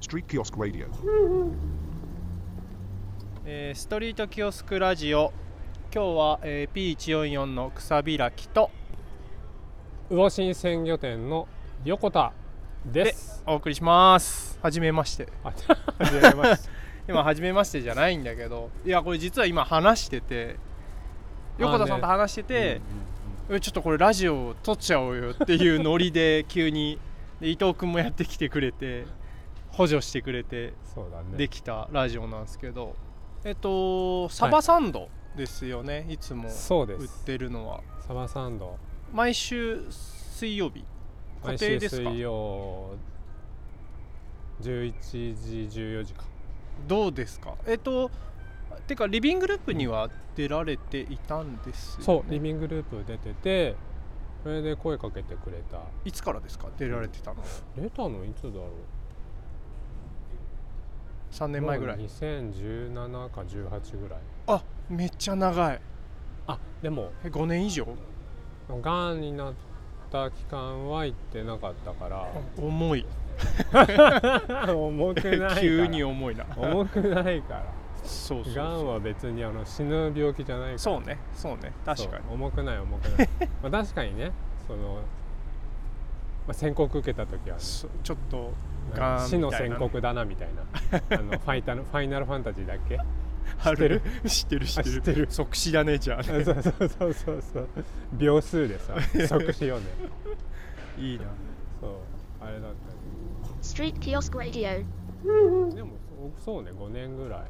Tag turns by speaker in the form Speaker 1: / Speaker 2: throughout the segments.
Speaker 1: Street Kiosk Radio.
Speaker 2: えーストリートキオスクラジオ今日は、えー P144 の草開きと
Speaker 3: 魚新鮮魚店の横田です。
Speaker 2: お送りしますはじめまして
Speaker 3: あ 始まりま した
Speaker 2: 今はじめましてじゃないんだけどいやこれ実は今話してて横田さんと話してて、えちょっとこれラジオ撮っちゃおうよっていうノリで急にで伊藤君もやってきてくれて補助してくれて
Speaker 3: そうだね。
Speaker 2: できたラジオなんですけど、えっとサバサンドですよね、い、つも
Speaker 3: そうで
Speaker 2: 売っ
Speaker 3: す。
Speaker 2: てるのは
Speaker 3: サバサンド
Speaker 2: 毎週水曜日
Speaker 3: 毎
Speaker 2: 家庭
Speaker 3: 週
Speaker 2: ですか
Speaker 3: 水曜11時14時か。
Speaker 2: どうですかえっとてかリビングループには出られていたんですよ、ね、
Speaker 3: そうリビングループ出ててそれで声かけてくれた。
Speaker 2: いつからですか出られてたの
Speaker 3: 出たのいつだろう。
Speaker 2: 3年前ぐら
Speaker 3: もう
Speaker 2: い
Speaker 3: 2017か18ぐらい。
Speaker 2: あめっちゃ長い
Speaker 3: あでも
Speaker 2: え5年以上
Speaker 3: がんになった期間は行ってなかったから
Speaker 2: 重い
Speaker 3: 重くないから
Speaker 2: 急に重いな
Speaker 3: 重くないから。
Speaker 2: そうそう
Speaker 3: がん
Speaker 2: そ
Speaker 3: は別にあの死ぬ病気じゃないから
Speaker 2: うそうねそうね確かに
Speaker 3: そう重くない重くない まあ確かにねその、まあ、宣告受けた時は、ね、
Speaker 2: そちょっと
Speaker 3: なんか
Speaker 2: ガー
Speaker 3: 死
Speaker 2: ンみ
Speaker 3: の
Speaker 2: たいな
Speaker 3: 宣告だなみたい なあのファイタルファイナルファンタジーだっけ
Speaker 2: あ
Speaker 3: 知ってる
Speaker 2: 知ってる知ってる
Speaker 3: あ知ってる
Speaker 2: 即死だねじゃあ
Speaker 3: そうそうそうそうそう秒数でさ 即死よね
Speaker 2: いいな
Speaker 3: そうあれだったけ
Speaker 4: Street Kiosk Radio.
Speaker 3: どでもそうね5年ぐらい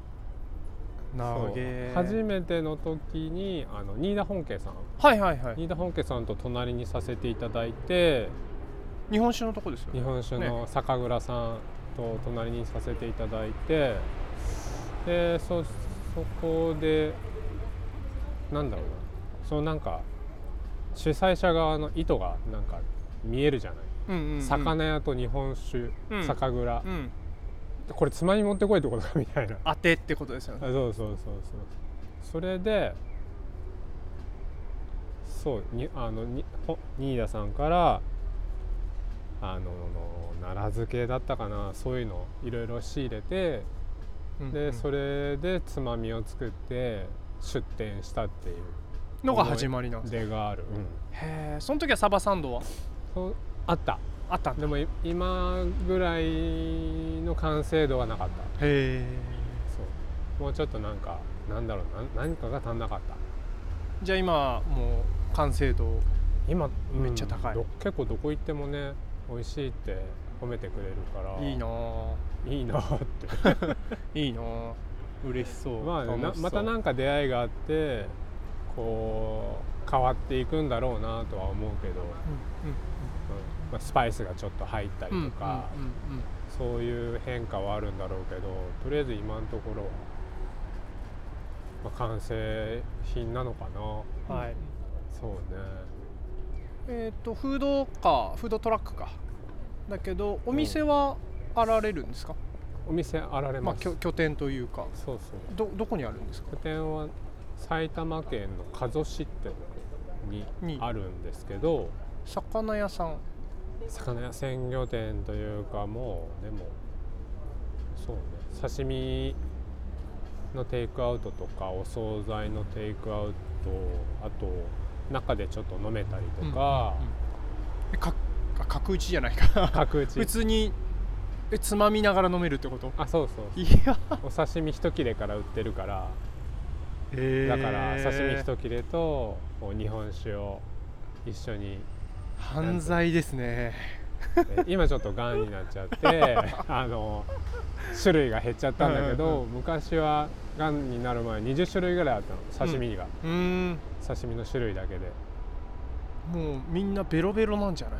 Speaker 2: なげ
Speaker 3: そう
Speaker 2: ー
Speaker 3: 初めての時にあの新田本家さん
Speaker 2: はいはいはい
Speaker 3: 新田本家さんと隣にさせていただいて
Speaker 2: 日本酒のとこですよね
Speaker 3: 日本酒の酒蔵さんと隣にさせていただいて、でそそこでなんだろうなそのなんか主催者側の意図がなんか見えるじゃない、
Speaker 2: うんうんうん
Speaker 3: 魚屋と日本酒、
Speaker 2: うん
Speaker 3: 酒蔵、
Speaker 2: うん
Speaker 3: これつまみ持ってこいってことかみたいなあ
Speaker 2: 当てってことですよね
Speaker 3: そうそうそうそうそれでそうにあのにほ新田さんからあの奈良漬けだったかなそういうのいろいろ仕入れてでそ
Speaker 2: れ
Speaker 3: れでつまみを作って出店したっていう
Speaker 2: のが始まりなんですね
Speaker 3: 例がある、うん
Speaker 2: へえその時はサバサンドは
Speaker 3: そうあった
Speaker 2: あったんだ
Speaker 3: で
Speaker 2: へ
Speaker 3: もい今ぐらいの完成度はなかった
Speaker 2: え
Speaker 3: そうもうちょっとなんかなんだろうな何かが足んなかった
Speaker 2: じゃあ今もう完成度
Speaker 3: 今
Speaker 2: めっちゃ高い
Speaker 3: ど結構どこ行ってもね美味しいって褒めてくれるから
Speaker 2: いいなあ
Speaker 3: いい なって
Speaker 2: いいなあ嬉しそう
Speaker 3: まあね、な
Speaker 2: 楽しそう
Speaker 3: またなんか出会いがあってこう変わっていくんだろうなとは思うけど、うんまあ、スパイスがちょっと入った
Speaker 2: うんうん
Speaker 3: りとか、
Speaker 2: うんうんうん
Speaker 3: そういう変化はあるんだろうけどとりあえず今のところは、まあ、完成品なのかな
Speaker 2: うんはい
Speaker 3: そうね
Speaker 2: えっとフードかフードトラックかだけどお店はあられるんですか
Speaker 3: お店あられ
Speaker 2: まあ
Speaker 3: ます、
Speaker 2: きょ拠点というか
Speaker 3: そうそう
Speaker 2: どどこにあるんですか
Speaker 3: 拠点は埼玉県の加須市って
Speaker 2: に
Speaker 3: にあるんですけど
Speaker 2: 魚屋さん
Speaker 3: 魚屋鮮魚店というかもうでもそうね刺身のテイクアウトとかお惣菜のテイクアウトあと中でちょっと飲めたりとか、
Speaker 2: うんうんうんえかあ角打ちじゃないか
Speaker 3: 角
Speaker 2: 普
Speaker 3: 打ち
Speaker 2: 通にえつまみながら飲めるってこと
Speaker 3: あそうそう
Speaker 2: いや
Speaker 3: お刺身一切れから売ってるからだから刺身一切れとこう日本酒を一緒に
Speaker 2: 犯罪ですね
Speaker 3: えー 今ちょっとがんになっちゃって あの種類が減っちゃったんだけど、
Speaker 2: はいはい
Speaker 3: 昔はがんになる前20種類ぐらいあったの刺身が、
Speaker 2: うーん
Speaker 3: 刺身の種類だけで
Speaker 2: もうみんなベロベロなんじゃない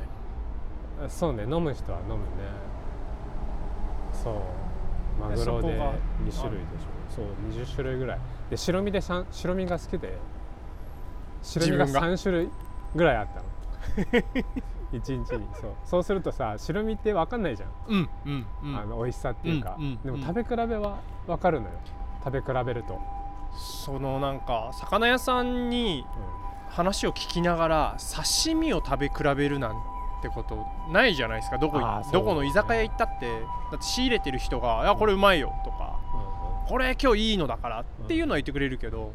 Speaker 2: の
Speaker 3: あそうね飲む人は飲むねそうマグロで
Speaker 2: そこが
Speaker 3: 2種類でしょそう20種類ぐらいで白身でさん白身が好きで白身が
Speaker 2: 自分が
Speaker 3: 3種類ぐらいあったの 一日にそうそうするとさ白身って分かんないじゃん
Speaker 2: うんうんうん
Speaker 3: あの美味しさっていうか、
Speaker 2: うんうん
Speaker 3: で
Speaker 2: うん
Speaker 3: も食べ比べは分かるのよ食べ比べると、
Speaker 2: そのなんか魚屋さんに話を聞きながら刺身を食べ比べるなんってことないじゃないですかどこ
Speaker 3: あーそう
Speaker 2: どこの居酒屋行ったってだって仕入れてる人が「いやこれうまいよ」とか
Speaker 3: うん
Speaker 2: 「これ今日いいのだから」っていうのは言ってくれるけど
Speaker 3: うんうん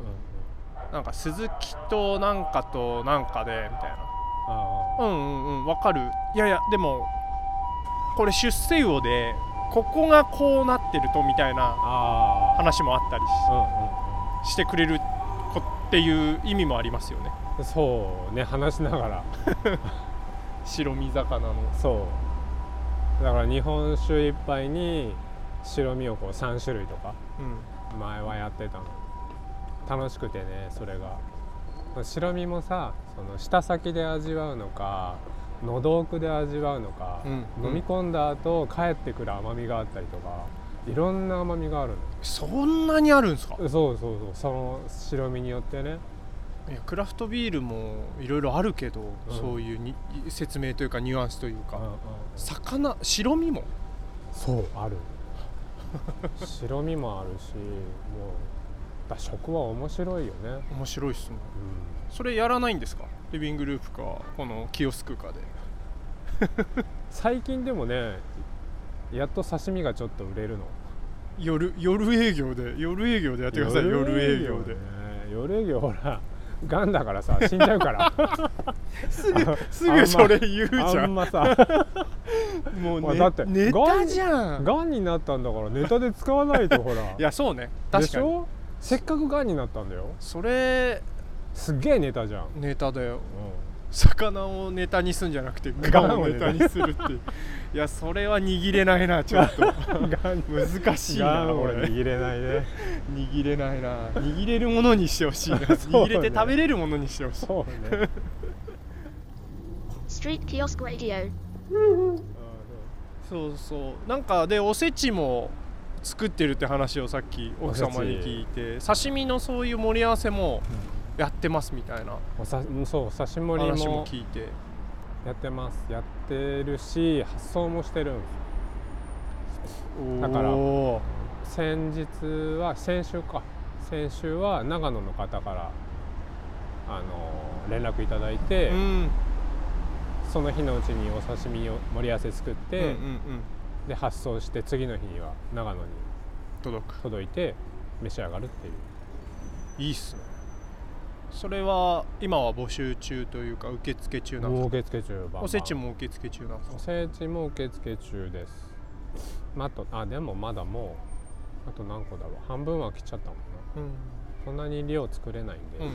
Speaker 2: なんか鈴木となんかとなんかでみたいな
Speaker 3: あ
Speaker 2: う
Speaker 3: あ
Speaker 2: んうんうんわかるいやいやでもこれ出世魚でここがこうなってるとみたいな
Speaker 3: ああ
Speaker 2: 話もあったり
Speaker 3: うんうん
Speaker 2: ししてくれる子っていう意味もありますよね
Speaker 3: うんそうね話しながら
Speaker 2: 白身魚の
Speaker 3: そうだから日本酒いっぱいに白身をこう3種類とか
Speaker 2: うん
Speaker 3: 前はやってたの楽しくてねそれが白身もさその舌先で味わうのか喉奥で味わうのか、
Speaker 2: うん
Speaker 3: 飲み込んだ後帰ってくる甘みがあったりとかいろんな甘みがある
Speaker 2: そんなにあるんですか
Speaker 3: のそうそうそうその白身によってね
Speaker 2: いやクラフトビールもいろいろあるけど、
Speaker 3: うん
Speaker 2: そういうに説明というかニュアンスというか、
Speaker 3: うんうん
Speaker 2: 魚白身も
Speaker 3: そうある 白身もあるしもうだ食は面白いよね、
Speaker 2: 面白いっすね
Speaker 3: うん
Speaker 2: それやらないんですかリビングループかこのキオスクかで
Speaker 3: 最近でもねやっと刺身がちょっと売れるの
Speaker 2: 夜夜営業で夜営業でやってください夜営業で
Speaker 3: ね夜営業ほらがんだからさ死んじゃうから
Speaker 2: す
Speaker 3: ぐ
Speaker 2: すぐそれ言うじ
Speaker 3: あ
Speaker 2: ゃ
Speaker 3: ん
Speaker 2: ん
Speaker 3: まさ
Speaker 2: もう
Speaker 3: まあ
Speaker 2: ね
Speaker 3: だって
Speaker 2: ネタじゃん
Speaker 3: がんになったんだからネタで使わないとほら
Speaker 2: いやそうね
Speaker 3: で
Speaker 2: 確
Speaker 3: し
Speaker 2: かに
Speaker 3: ょせっかくがんになったんだよ
Speaker 2: それ
Speaker 3: すっげえネタじゃん、
Speaker 2: ネタだよ
Speaker 3: う
Speaker 2: 魚をネタにすんじゃなくてガンをネタにするっていういやそれは握れないなちょっと
Speaker 3: ん、がん
Speaker 2: 難しい
Speaker 3: が
Speaker 2: なんこ
Speaker 3: を
Speaker 2: れ
Speaker 3: 握れないね
Speaker 2: 握れないな握れるものにしてほしいな、
Speaker 3: そう
Speaker 2: 握
Speaker 3: ね
Speaker 2: れて食べれるものにしてほしい
Speaker 3: そうね
Speaker 4: Street Kiosk Radio.
Speaker 2: そうそうなんかでおせちも作ってるって話をさっき奥様に聞いて刺身のそういう盛り合わせもやってますみたいな
Speaker 3: おさそう刺し盛り
Speaker 2: 話も
Speaker 3: も
Speaker 2: 聞いて
Speaker 3: やってますやってるし発送もしてるんですだから
Speaker 2: おー
Speaker 3: 先日は先週か先週は長野の方からあの連絡いただいて、
Speaker 2: うん
Speaker 3: その日のうちにお刺身を盛り合わせ作っ
Speaker 2: うんうんう
Speaker 3: て、
Speaker 2: ん
Speaker 3: で発送して次の日には長野に
Speaker 2: 届く
Speaker 3: 届いて召し上がるっていう
Speaker 2: いいっすねそれは今は募集中というか受付中なんです
Speaker 3: もう
Speaker 2: か
Speaker 3: 受付中バンバン
Speaker 2: おせちも受付中なんですか
Speaker 3: おせちも受付中ですまあとあでもまだもうあと何個だろう半分は来ちゃったもんな
Speaker 2: うんうん
Speaker 3: そんなに量作れないんで、
Speaker 2: うんうん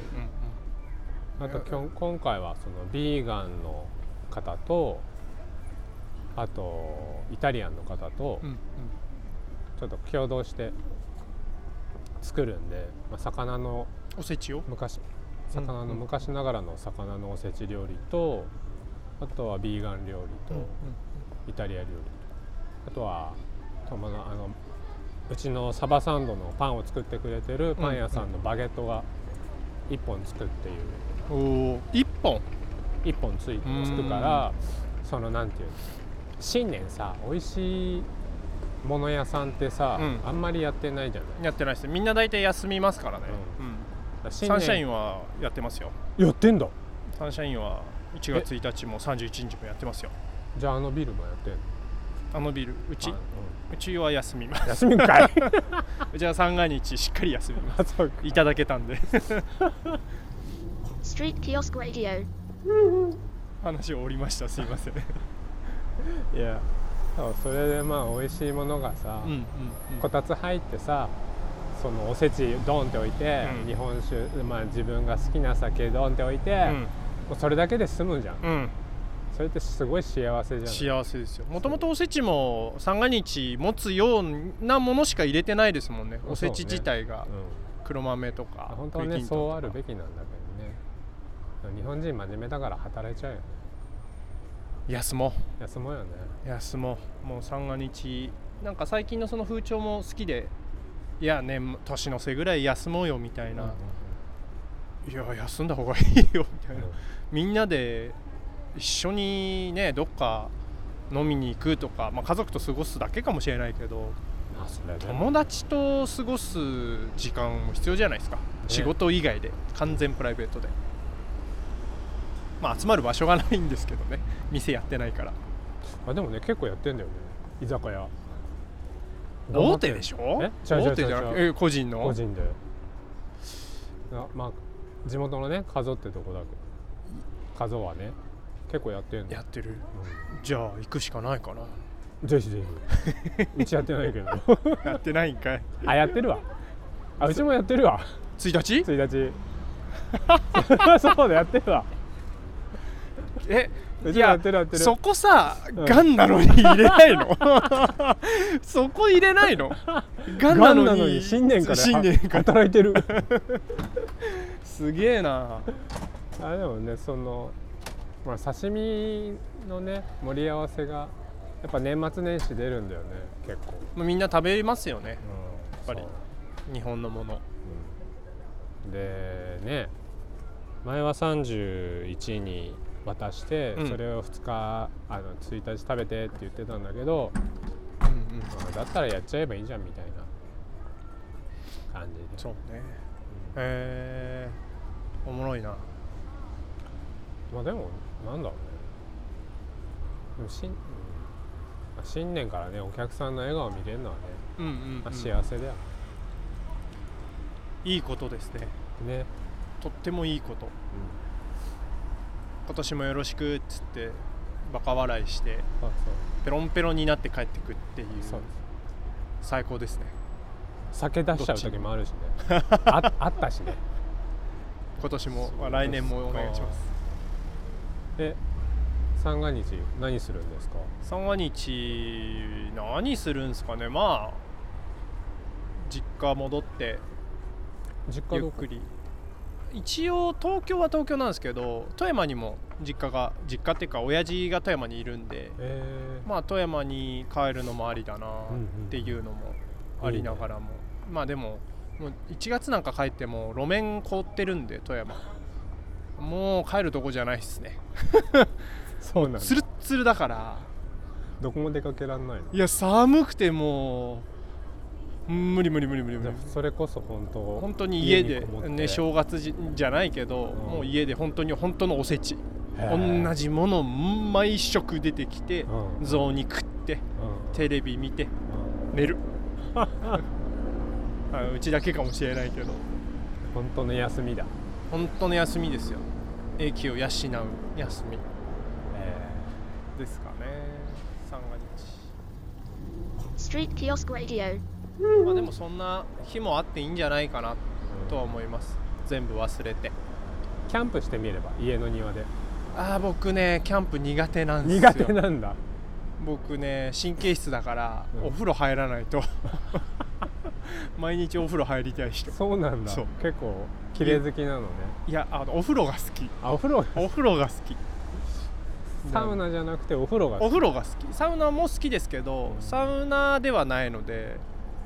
Speaker 3: あときょん今回はそのビーガンの方とあとイタリアンの方と
Speaker 2: うんうん
Speaker 3: ちょっと共同して作るんで、まあ、魚の
Speaker 2: おせちを
Speaker 3: 昔
Speaker 2: うん
Speaker 3: 魚の昔ながらの魚のおせち料理とあとはビーガン料理とイタリア料理とあとはたまのあのうちのサバサンドのパンを作ってくれてるパン屋さんのバゲットが1本つくっていう
Speaker 2: おお1本
Speaker 3: 一本ついつくからそのなんていうの新年さ美味しいもの屋さんってさ、
Speaker 2: うん
Speaker 3: あんまりやってないじゃない
Speaker 2: やってないですねみんな大体休みますからね、うん
Speaker 3: 新
Speaker 2: サンシャイ
Speaker 3: ン
Speaker 2: ンはやってますよ
Speaker 3: やってんだ
Speaker 2: サンシャインは1月1日も31日もやってますよ
Speaker 3: じゃああのビルもやってんの
Speaker 2: あのビルうち
Speaker 3: あ
Speaker 2: うちは休みます
Speaker 3: うん休みかい
Speaker 2: うちは三が日しっかり休みます
Speaker 3: あそうか
Speaker 2: いただけたんで
Speaker 4: Street Kiosk Radio.
Speaker 2: 話を折りましたすいません
Speaker 3: いやそうそれでまあ美味しいものがさ、
Speaker 2: うんうん
Speaker 3: こたつ入ってさそのおせちドンって置いて、
Speaker 2: うん
Speaker 3: 日本酒、まあ、自分が好きな酒ドンって置いて、
Speaker 2: うん
Speaker 3: もうそれだけで済むじゃん、
Speaker 2: うん、うん、
Speaker 3: それってすごい幸せじゃん
Speaker 2: 幸せですよもともとおせちも三が日持つようなものしか入れてないですもんね
Speaker 3: そうね
Speaker 2: おせち自体が
Speaker 3: うん
Speaker 2: 黒豆とか
Speaker 3: 本当はね
Speaker 2: 栗きんとん
Speaker 3: そ
Speaker 2: と
Speaker 3: う
Speaker 2: か
Speaker 3: あるべきなんだけどね日本人真面目だから働いちゃうよね
Speaker 2: 休もう
Speaker 3: 休もうよね
Speaker 2: 休もうもう三が日なんか最近のその風潮も好きでいやね年の瀬ぐらい休もうよみたいな、いや休んだ方がいいよみたいな、みんなで一緒にねどっか飲みに行くとか、まあ、家族と過ごすだけかもしれないけど
Speaker 3: あそれで
Speaker 2: 友達と過ごす時間も必要じゃないですか、仕事以外で完全プライベートでまあ集まる場所がないんですけどね店やってないから
Speaker 3: あでもね結構やってんだよね居酒屋
Speaker 2: 大手でしょ
Speaker 3: え違う違う
Speaker 2: 大手じゃなくてえ個人の
Speaker 3: 個人であまあ地元のねカゾってとこだけどカゾはね結構やってんの
Speaker 2: やってるじゃあ行くしかないかな
Speaker 3: ぜひぜ ひうちやってないけど
Speaker 2: やってないんかい
Speaker 3: あやってるわあうちもやって るわ
Speaker 2: 1日
Speaker 3: 1日 そうだやってるわ
Speaker 2: え
Speaker 3: う
Speaker 2: い
Speaker 3: ちもや
Speaker 2: や
Speaker 3: ってるやってる
Speaker 2: そこさ
Speaker 3: ん
Speaker 2: がんなのに入れないの そこ入れないのがん
Speaker 3: ガ
Speaker 2: な
Speaker 3: ン
Speaker 2: の
Speaker 3: な
Speaker 2: に
Speaker 3: のに新年から
Speaker 2: 新年から
Speaker 3: 働い てる
Speaker 2: すげえな
Speaker 3: あでもねその、まあ、刺身のね盛り合わせがやっぱ年末年始出るんだよね結構、
Speaker 2: まあみんな食べますよね
Speaker 3: うん、や
Speaker 2: っぱり日本のもの
Speaker 3: でね前は31に渡して、
Speaker 2: うん
Speaker 3: それを2日あの1日食べてって言ってたんだけど、
Speaker 2: うんうん
Speaker 3: まあだったらやっちゃえばいいじゃんみたいな感じで
Speaker 2: そうねえー、おもろいな
Speaker 3: まあでもなんだろうねでも新,うん、まあ新年からねお客さんの笑顔見れるのはね、
Speaker 2: うんうん、う
Speaker 3: まあ、
Speaker 2: ん、
Speaker 3: 幸せだよ、
Speaker 2: いいことですね
Speaker 3: ね、
Speaker 2: とってもいいこと今年もよろしくっつってバカ笑いして
Speaker 3: そう
Speaker 2: ペロンペロンになって帰ってくっていう
Speaker 3: そうそう
Speaker 2: 最高ですね
Speaker 3: 酒出しちゃう時もあるしねああったしね
Speaker 2: 今年 も、まあ、
Speaker 3: そう
Speaker 2: 来年もお願いしま
Speaker 3: ですえ三が日何するんですか
Speaker 2: す三が日何するんすかねまあ実家戻って
Speaker 3: 実家
Speaker 2: ゆ
Speaker 3: ど
Speaker 2: っ
Speaker 3: こ
Speaker 2: くり一応東京は東京なんですけど富山にも実家が実家っていうか親父が富山にいるんで
Speaker 3: えー
Speaker 2: まあ富山に帰るのもありだなっていうのもありながらも、まあでももう1月なんか帰っても路面凍ってるんで富山もう帰るとこじゃないっすね
Speaker 3: そうなんだ
Speaker 2: ツルッツルだから
Speaker 3: どこも出かけらんないの
Speaker 2: いや寒くてもう無理無理無理無理無
Speaker 3: じゃ
Speaker 2: 理
Speaker 3: あそれこそ本当
Speaker 2: 本当に家で
Speaker 3: こもって
Speaker 2: ね正月じじゃないけど、
Speaker 3: ん
Speaker 2: もう家で本当に本当のおせち
Speaker 3: へー
Speaker 2: 同じもの毎食出てきて
Speaker 3: うん
Speaker 2: 雑煮食って
Speaker 3: うん
Speaker 2: テレビ見て
Speaker 3: うん
Speaker 2: 寝る あうちだけかもしれないけど
Speaker 3: 本当の休みだ
Speaker 2: 本当の休みですよ駅を養う休みですかね三が日
Speaker 4: Street Kiosk Radio.
Speaker 2: まあでもそんな日もあっていいんじゃないかなとは思います全部忘れて
Speaker 3: キャンプしてみれば家の庭で
Speaker 2: ああ僕ねキャンプ苦手なんですよ
Speaker 3: 苦手なんだ
Speaker 2: 僕ね神経質だから、
Speaker 3: うん
Speaker 2: お風呂入ら ないと毎日お風呂入りたい人
Speaker 3: そうなんだ
Speaker 2: そう
Speaker 3: 結構綺麗好きなのね
Speaker 2: いやあのお風呂が好 き
Speaker 3: あお風呂
Speaker 2: お風呂が好き
Speaker 3: サウナじゃなくてお風呂が
Speaker 2: お風呂が好きサウナも好きですけど
Speaker 3: うん
Speaker 2: サウナではないので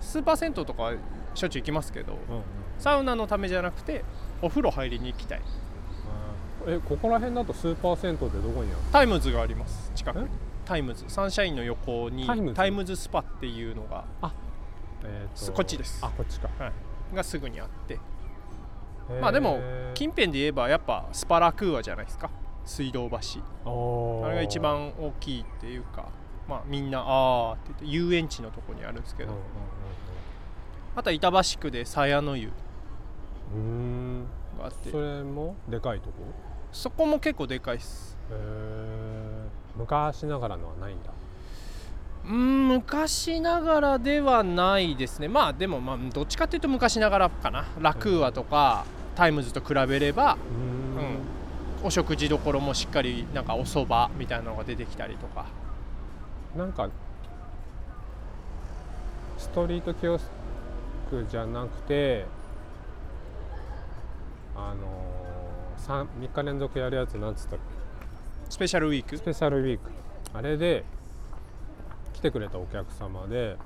Speaker 2: スーパー銭湯とかはしょっちゅう行きますけど
Speaker 3: うんうん
Speaker 2: サウナのためじゃなくてお風呂入りに行きたい
Speaker 3: えここら辺だとスーパー銭湯ってどこにある
Speaker 2: タイムズがあります近くに
Speaker 3: え
Speaker 2: タイムズサンシャインの横に
Speaker 3: タイムズ
Speaker 2: タイムズスパっていうのが
Speaker 3: えー
Speaker 2: すこっちです
Speaker 3: あこっちか
Speaker 2: がすぐにあってまあでも
Speaker 3: へー
Speaker 2: 近辺で言えばやっぱスパラクーアじゃないですか水道橋
Speaker 3: おー
Speaker 2: あれが一番大きいっていうかまあみんなああって言って遊園地のとこにあるんですけど、
Speaker 3: うん
Speaker 2: あとは板橋区で鞘の湯
Speaker 3: うんうんうんうーん
Speaker 2: があって
Speaker 3: それもでかいとこ
Speaker 2: そこも結構でかいっす
Speaker 3: へえ昔ながらのはないんだ
Speaker 2: うーん昔ながらではないですねまあでもまあどっちかっていうと昔ながらかなラクーアとかタイムズと比べれば
Speaker 3: うーん
Speaker 2: うんお食事どころもしっかりなんかお蕎麦みたいなのが出てきたりとか
Speaker 3: なんかストリートキオスクじゃなくてあのー、3, 3日連続やるやつなんつったっ
Speaker 2: スペシャルウィーク
Speaker 3: けスペシャルウィークあれで来てくれたお客様で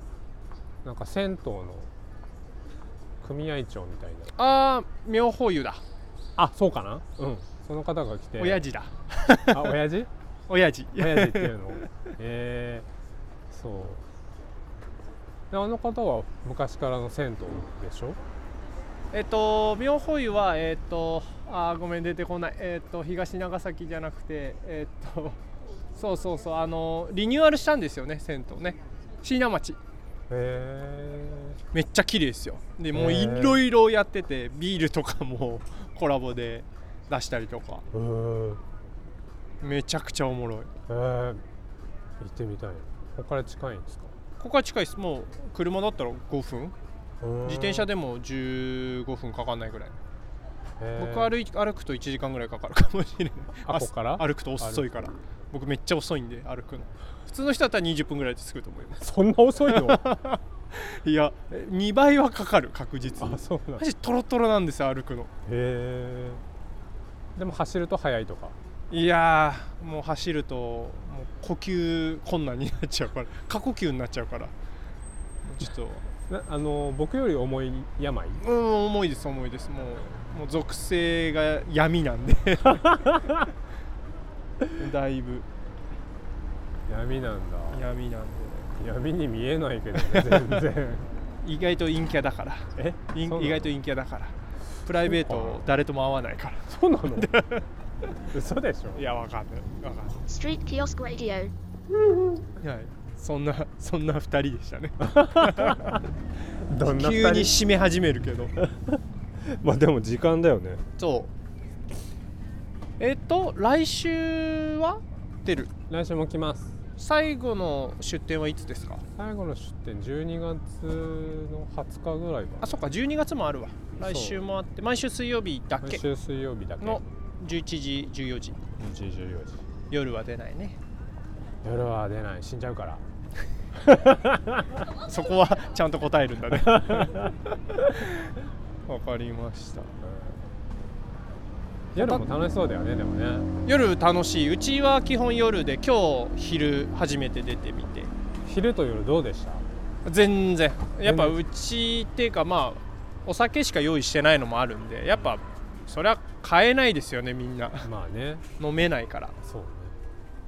Speaker 3: なんか銭湯の組合長みたいな
Speaker 2: ああ妙法湯だ
Speaker 3: あそうかなうんその方が来て
Speaker 2: 親父だ
Speaker 3: あ 親父
Speaker 2: 親父
Speaker 3: 親父っていうのえー、そうであの方は昔からの銭湯でしょ
Speaker 2: えっと妙法湯はえっとあーごめん出てこないえっと東長崎じゃなくてえっとそうそうそうあのリニューアルしたんですよね銭湯ね椎名町
Speaker 3: へ
Speaker 2: めっちゃ綺麗ですよでもう
Speaker 3: へ
Speaker 2: い
Speaker 3: ー
Speaker 2: ろいろやっててビールとかも コラボで出したりとか
Speaker 3: えうん
Speaker 2: めちゃくちゃおもろい
Speaker 3: えー、行ってみたいなここから近いんですか
Speaker 2: ここは近いですもう車だったら5分自転車
Speaker 3: で
Speaker 2: でも15分かかんないぐらい僕
Speaker 3: ある
Speaker 2: 歩い歩くと1時間ぐらいかかるかもしれない
Speaker 3: あここから
Speaker 2: 歩くと遅いから僕めっちゃ遅いんで歩くの普通の人だったら20分ぐらいで着くと思います
Speaker 3: そんな遅いの あ
Speaker 2: いや2倍はかかる確実に
Speaker 3: そうなん
Speaker 2: マ
Speaker 3: だへ
Speaker 2: ジトロトロなんですよ歩くの
Speaker 3: えでも走ると速いとか
Speaker 2: いやーもう走るともう呼吸困難になっちゃうから過呼吸になっちゃうからちょっと
Speaker 3: なあの僕より重い病
Speaker 2: うん重いです重いですもうもう属性が闇なん でだいぶ
Speaker 3: 闇なんだ
Speaker 2: 闇なんで
Speaker 3: 闇に見えないけどね全 然
Speaker 2: 意外と陰キャだから
Speaker 3: え
Speaker 2: 陰意
Speaker 3: そうなの
Speaker 2: 外と陰キャだからプライベート誰とも会わないか
Speaker 3: そうなの 嘘でしょ
Speaker 2: らいやわかんないわかんな
Speaker 4: Street Kiosk Radio.
Speaker 2: い、はい、そんなそんな2人でしたね
Speaker 3: どんな
Speaker 2: 急に
Speaker 3: 二人
Speaker 2: 締め始めるけど
Speaker 3: まあでも時間だよね
Speaker 2: そうえっと来週は出る
Speaker 3: 来週も来ます
Speaker 2: 最後の出店はいつですか
Speaker 3: 最後の出店12月の20日ぐらい
Speaker 2: あ
Speaker 3: か
Speaker 2: そっか12月もあるわ来週もあって毎週水曜日だ
Speaker 3: な
Speaker 2: け
Speaker 3: 毎週水曜日だけ
Speaker 2: の11時14時
Speaker 3: 1時14時
Speaker 2: 夜は出ないね
Speaker 3: 夜は出ない死んじゃうから
Speaker 2: そこはちゃんと答えるんだね わかりました
Speaker 3: 夜も楽しそうだよねでもね
Speaker 2: 夜楽しいうちは基本夜で今日昼初めて出てみて
Speaker 3: 昼と夜どうでした
Speaker 2: 全然やっぱ
Speaker 3: 全
Speaker 2: うちっていうかまあお酒しか用意してないのもあるんでやっぱそりゃ買えないですよねみんな
Speaker 3: まあね
Speaker 2: 飲めないから
Speaker 3: そうね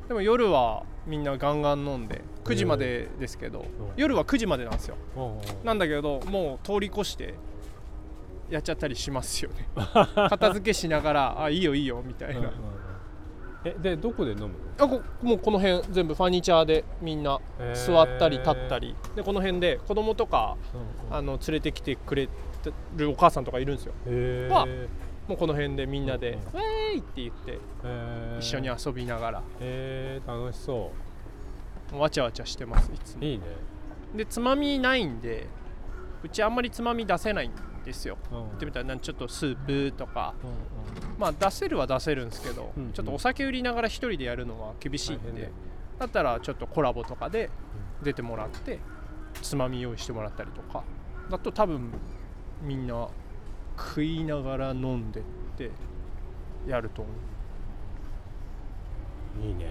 Speaker 2: でも夜はみんなガンガン飲んで9時までですけど、
Speaker 3: うん
Speaker 2: 夜は9時までなんですよ
Speaker 3: おうおう
Speaker 2: なんだけどもう通り越してやっちゃったりしますよね片付けしながら「あいいよいいよ」みたいな、
Speaker 3: うんうんうんえでどこで飲むの
Speaker 2: あこもうこの辺全部ファニチャーでみんな
Speaker 3: へー
Speaker 2: 座ったり立ったりでこの辺で子供とかあ
Speaker 3: あ
Speaker 2: の連れてきてくれてるお母さんとかいるんですよ
Speaker 3: へ
Speaker 2: は
Speaker 3: え
Speaker 2: もうこの辺でみんなで「ウ
Speaker 3: う
Speaker 2: ェーイ!」って言って
Speaker 3: へー
Speaker 2: 一緒に遊びながら
Speaker 3: へー楽しそ
Speaker 2: わちゃわちゃしてますいつ
Speaker 3: う
Speaker 2: も
Speaker 3: いいね
Speaker 2: でつまみないんでうちあんまりつまみ出せないんですよ
Speaker 3: うんうん
Speaker 2: 言ってみたらなんちょっとスープとか
Speaker 3: うんうん
Speaker 2: まあ出せるは出せるんですけど、
Speaker 3: うんうん
Speaker 2: ちょっとお酒売りながら一人でやるのは厳しいん
Speaker 3: 大変だ
Speaker 2: で
Speaker 3: よね
Speaker 2: だったらちょっとコラボとかで出てもらってつまみ用意してもらったりとかだと多分みんな食いながら飲んでってやると思う
Speaker 3: いいね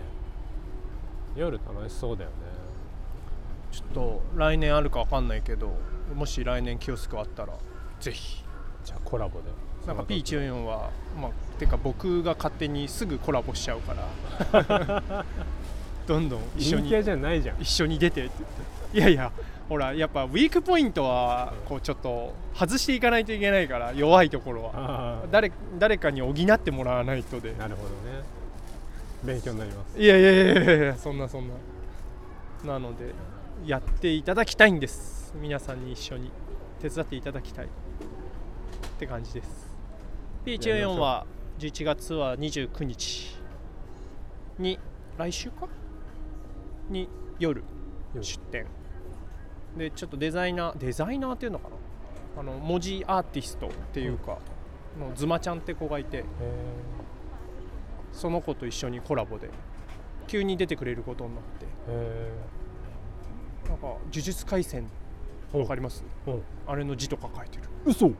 Speaker 3: 夜楽しそうだよね
Speaker 2: ちょっと来年あるか分かんないけどもし来年キオスクあったらぜひ
Speaker 3: じゃあコラボで
Speaker 2: なんか P14 はまあてか僕が勝手にすぐコラボしちゃうからどんどん一緒に
Speaker 3: 陰キャじゃないじゃん
Speaker 2: 一緒に出てって言っていやいやほらやっぱウィークポイントはこうちょっと外していかないといけないから弱いところは
Speaker 3: ああ
Speaker 2: 誰誰かに補ってもらわないとで
Speaker 3: なるほどね勉強になります
Speaker 2: いやいやいやいやいやそんなそんななのでやっていただきたいんです皆さんに一緒に手伝っていただきたいって感じです P14 は11月は29日に来週かに夜
Speaker 3: 夜
Speaker 2: 出店でちょっとデザイナーデザイナーっていうのかなあの文字アーティストっていうか、のズマちゃんって子がいて
Speaker 3: へ
Speaker 2: その子と一緒にコラボで急に出てくれることになっ
Speaker 3: ーへ
Speaker 2: てなんか「呪術廻戦」
Speaker 3: お
Speaker 2: わかります
Speaker 3: ーうん
Speaker 2: あれの字とか書いてる
Speaker 3: 嘘へ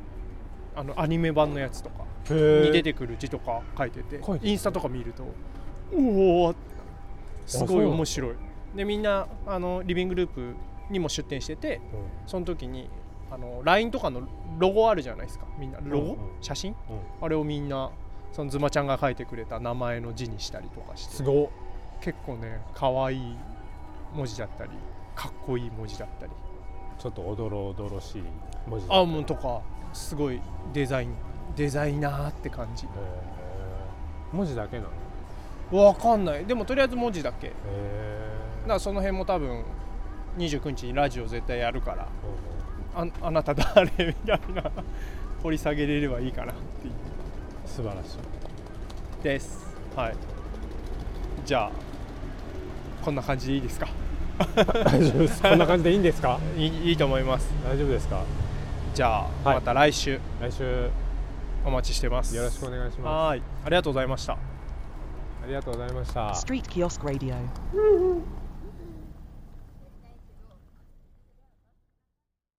Speaker 2: あのアニメ版のやつとか
Speaker 3: え
Speaker 2: に出てくる字とか書いてて
Speaker 3: 書いてる
Speaker 2: インスタとか見るとおおす
Speaker 3: そう
Speaker 2: ごい
Speaker 3: なの
Speaker 2: 面白いでみんなあのリビングループにも出店しててその時にあの LINE とかのロゴあるじゃないですかみんなロゴ、
Speaker 3: うんうん
Speaker 2: 写真
Speaker 3: うん、うん、
Speaker 2: あれをみんなそのズマちゃんが書いてくれた名前の字にしたりとかして
Speaker 3: すごっ
Speaker 2: 結構ね可愛い文字だったりかっこいい文字だったり
Speaker 3: ちちょっとおどろおどろしい文字だったり
Speaker 2: アーモンとかすごいデザインデザイナーって感じ
Speaker 3: へー文字だけなのへ
Speaker 2: わかんないでもとりあえず文字だけだか
Speaker 3: え
Speaker 2: らその辺も多分29日にラジオ絶対やるから
Speaker 3: そうね
Speaker 2: ああなた誰みたいな掘り下げれればいいかなっていう
Speaker 3: 素晴らしい
Speaker 2: ですはいじゃあこんな感じでいいですか
Speaker 3: 大丈夫ですこんな感じでいいんですか
Speaker 2: いいいいと思います
Speaker 3: 大丈夫ですか
Speaker 2: じゃあ、
Speaker 3: はい
Speaker 2: また来週
Speaker 3: 来週よ
Speaker 2: お待ちしてます
Speaker 3: ろしくお願いしま
Speaker 2: はいありがとうございました
Speaker 3: すありがとうございました
Speaker 1: Street Kiosk Radio.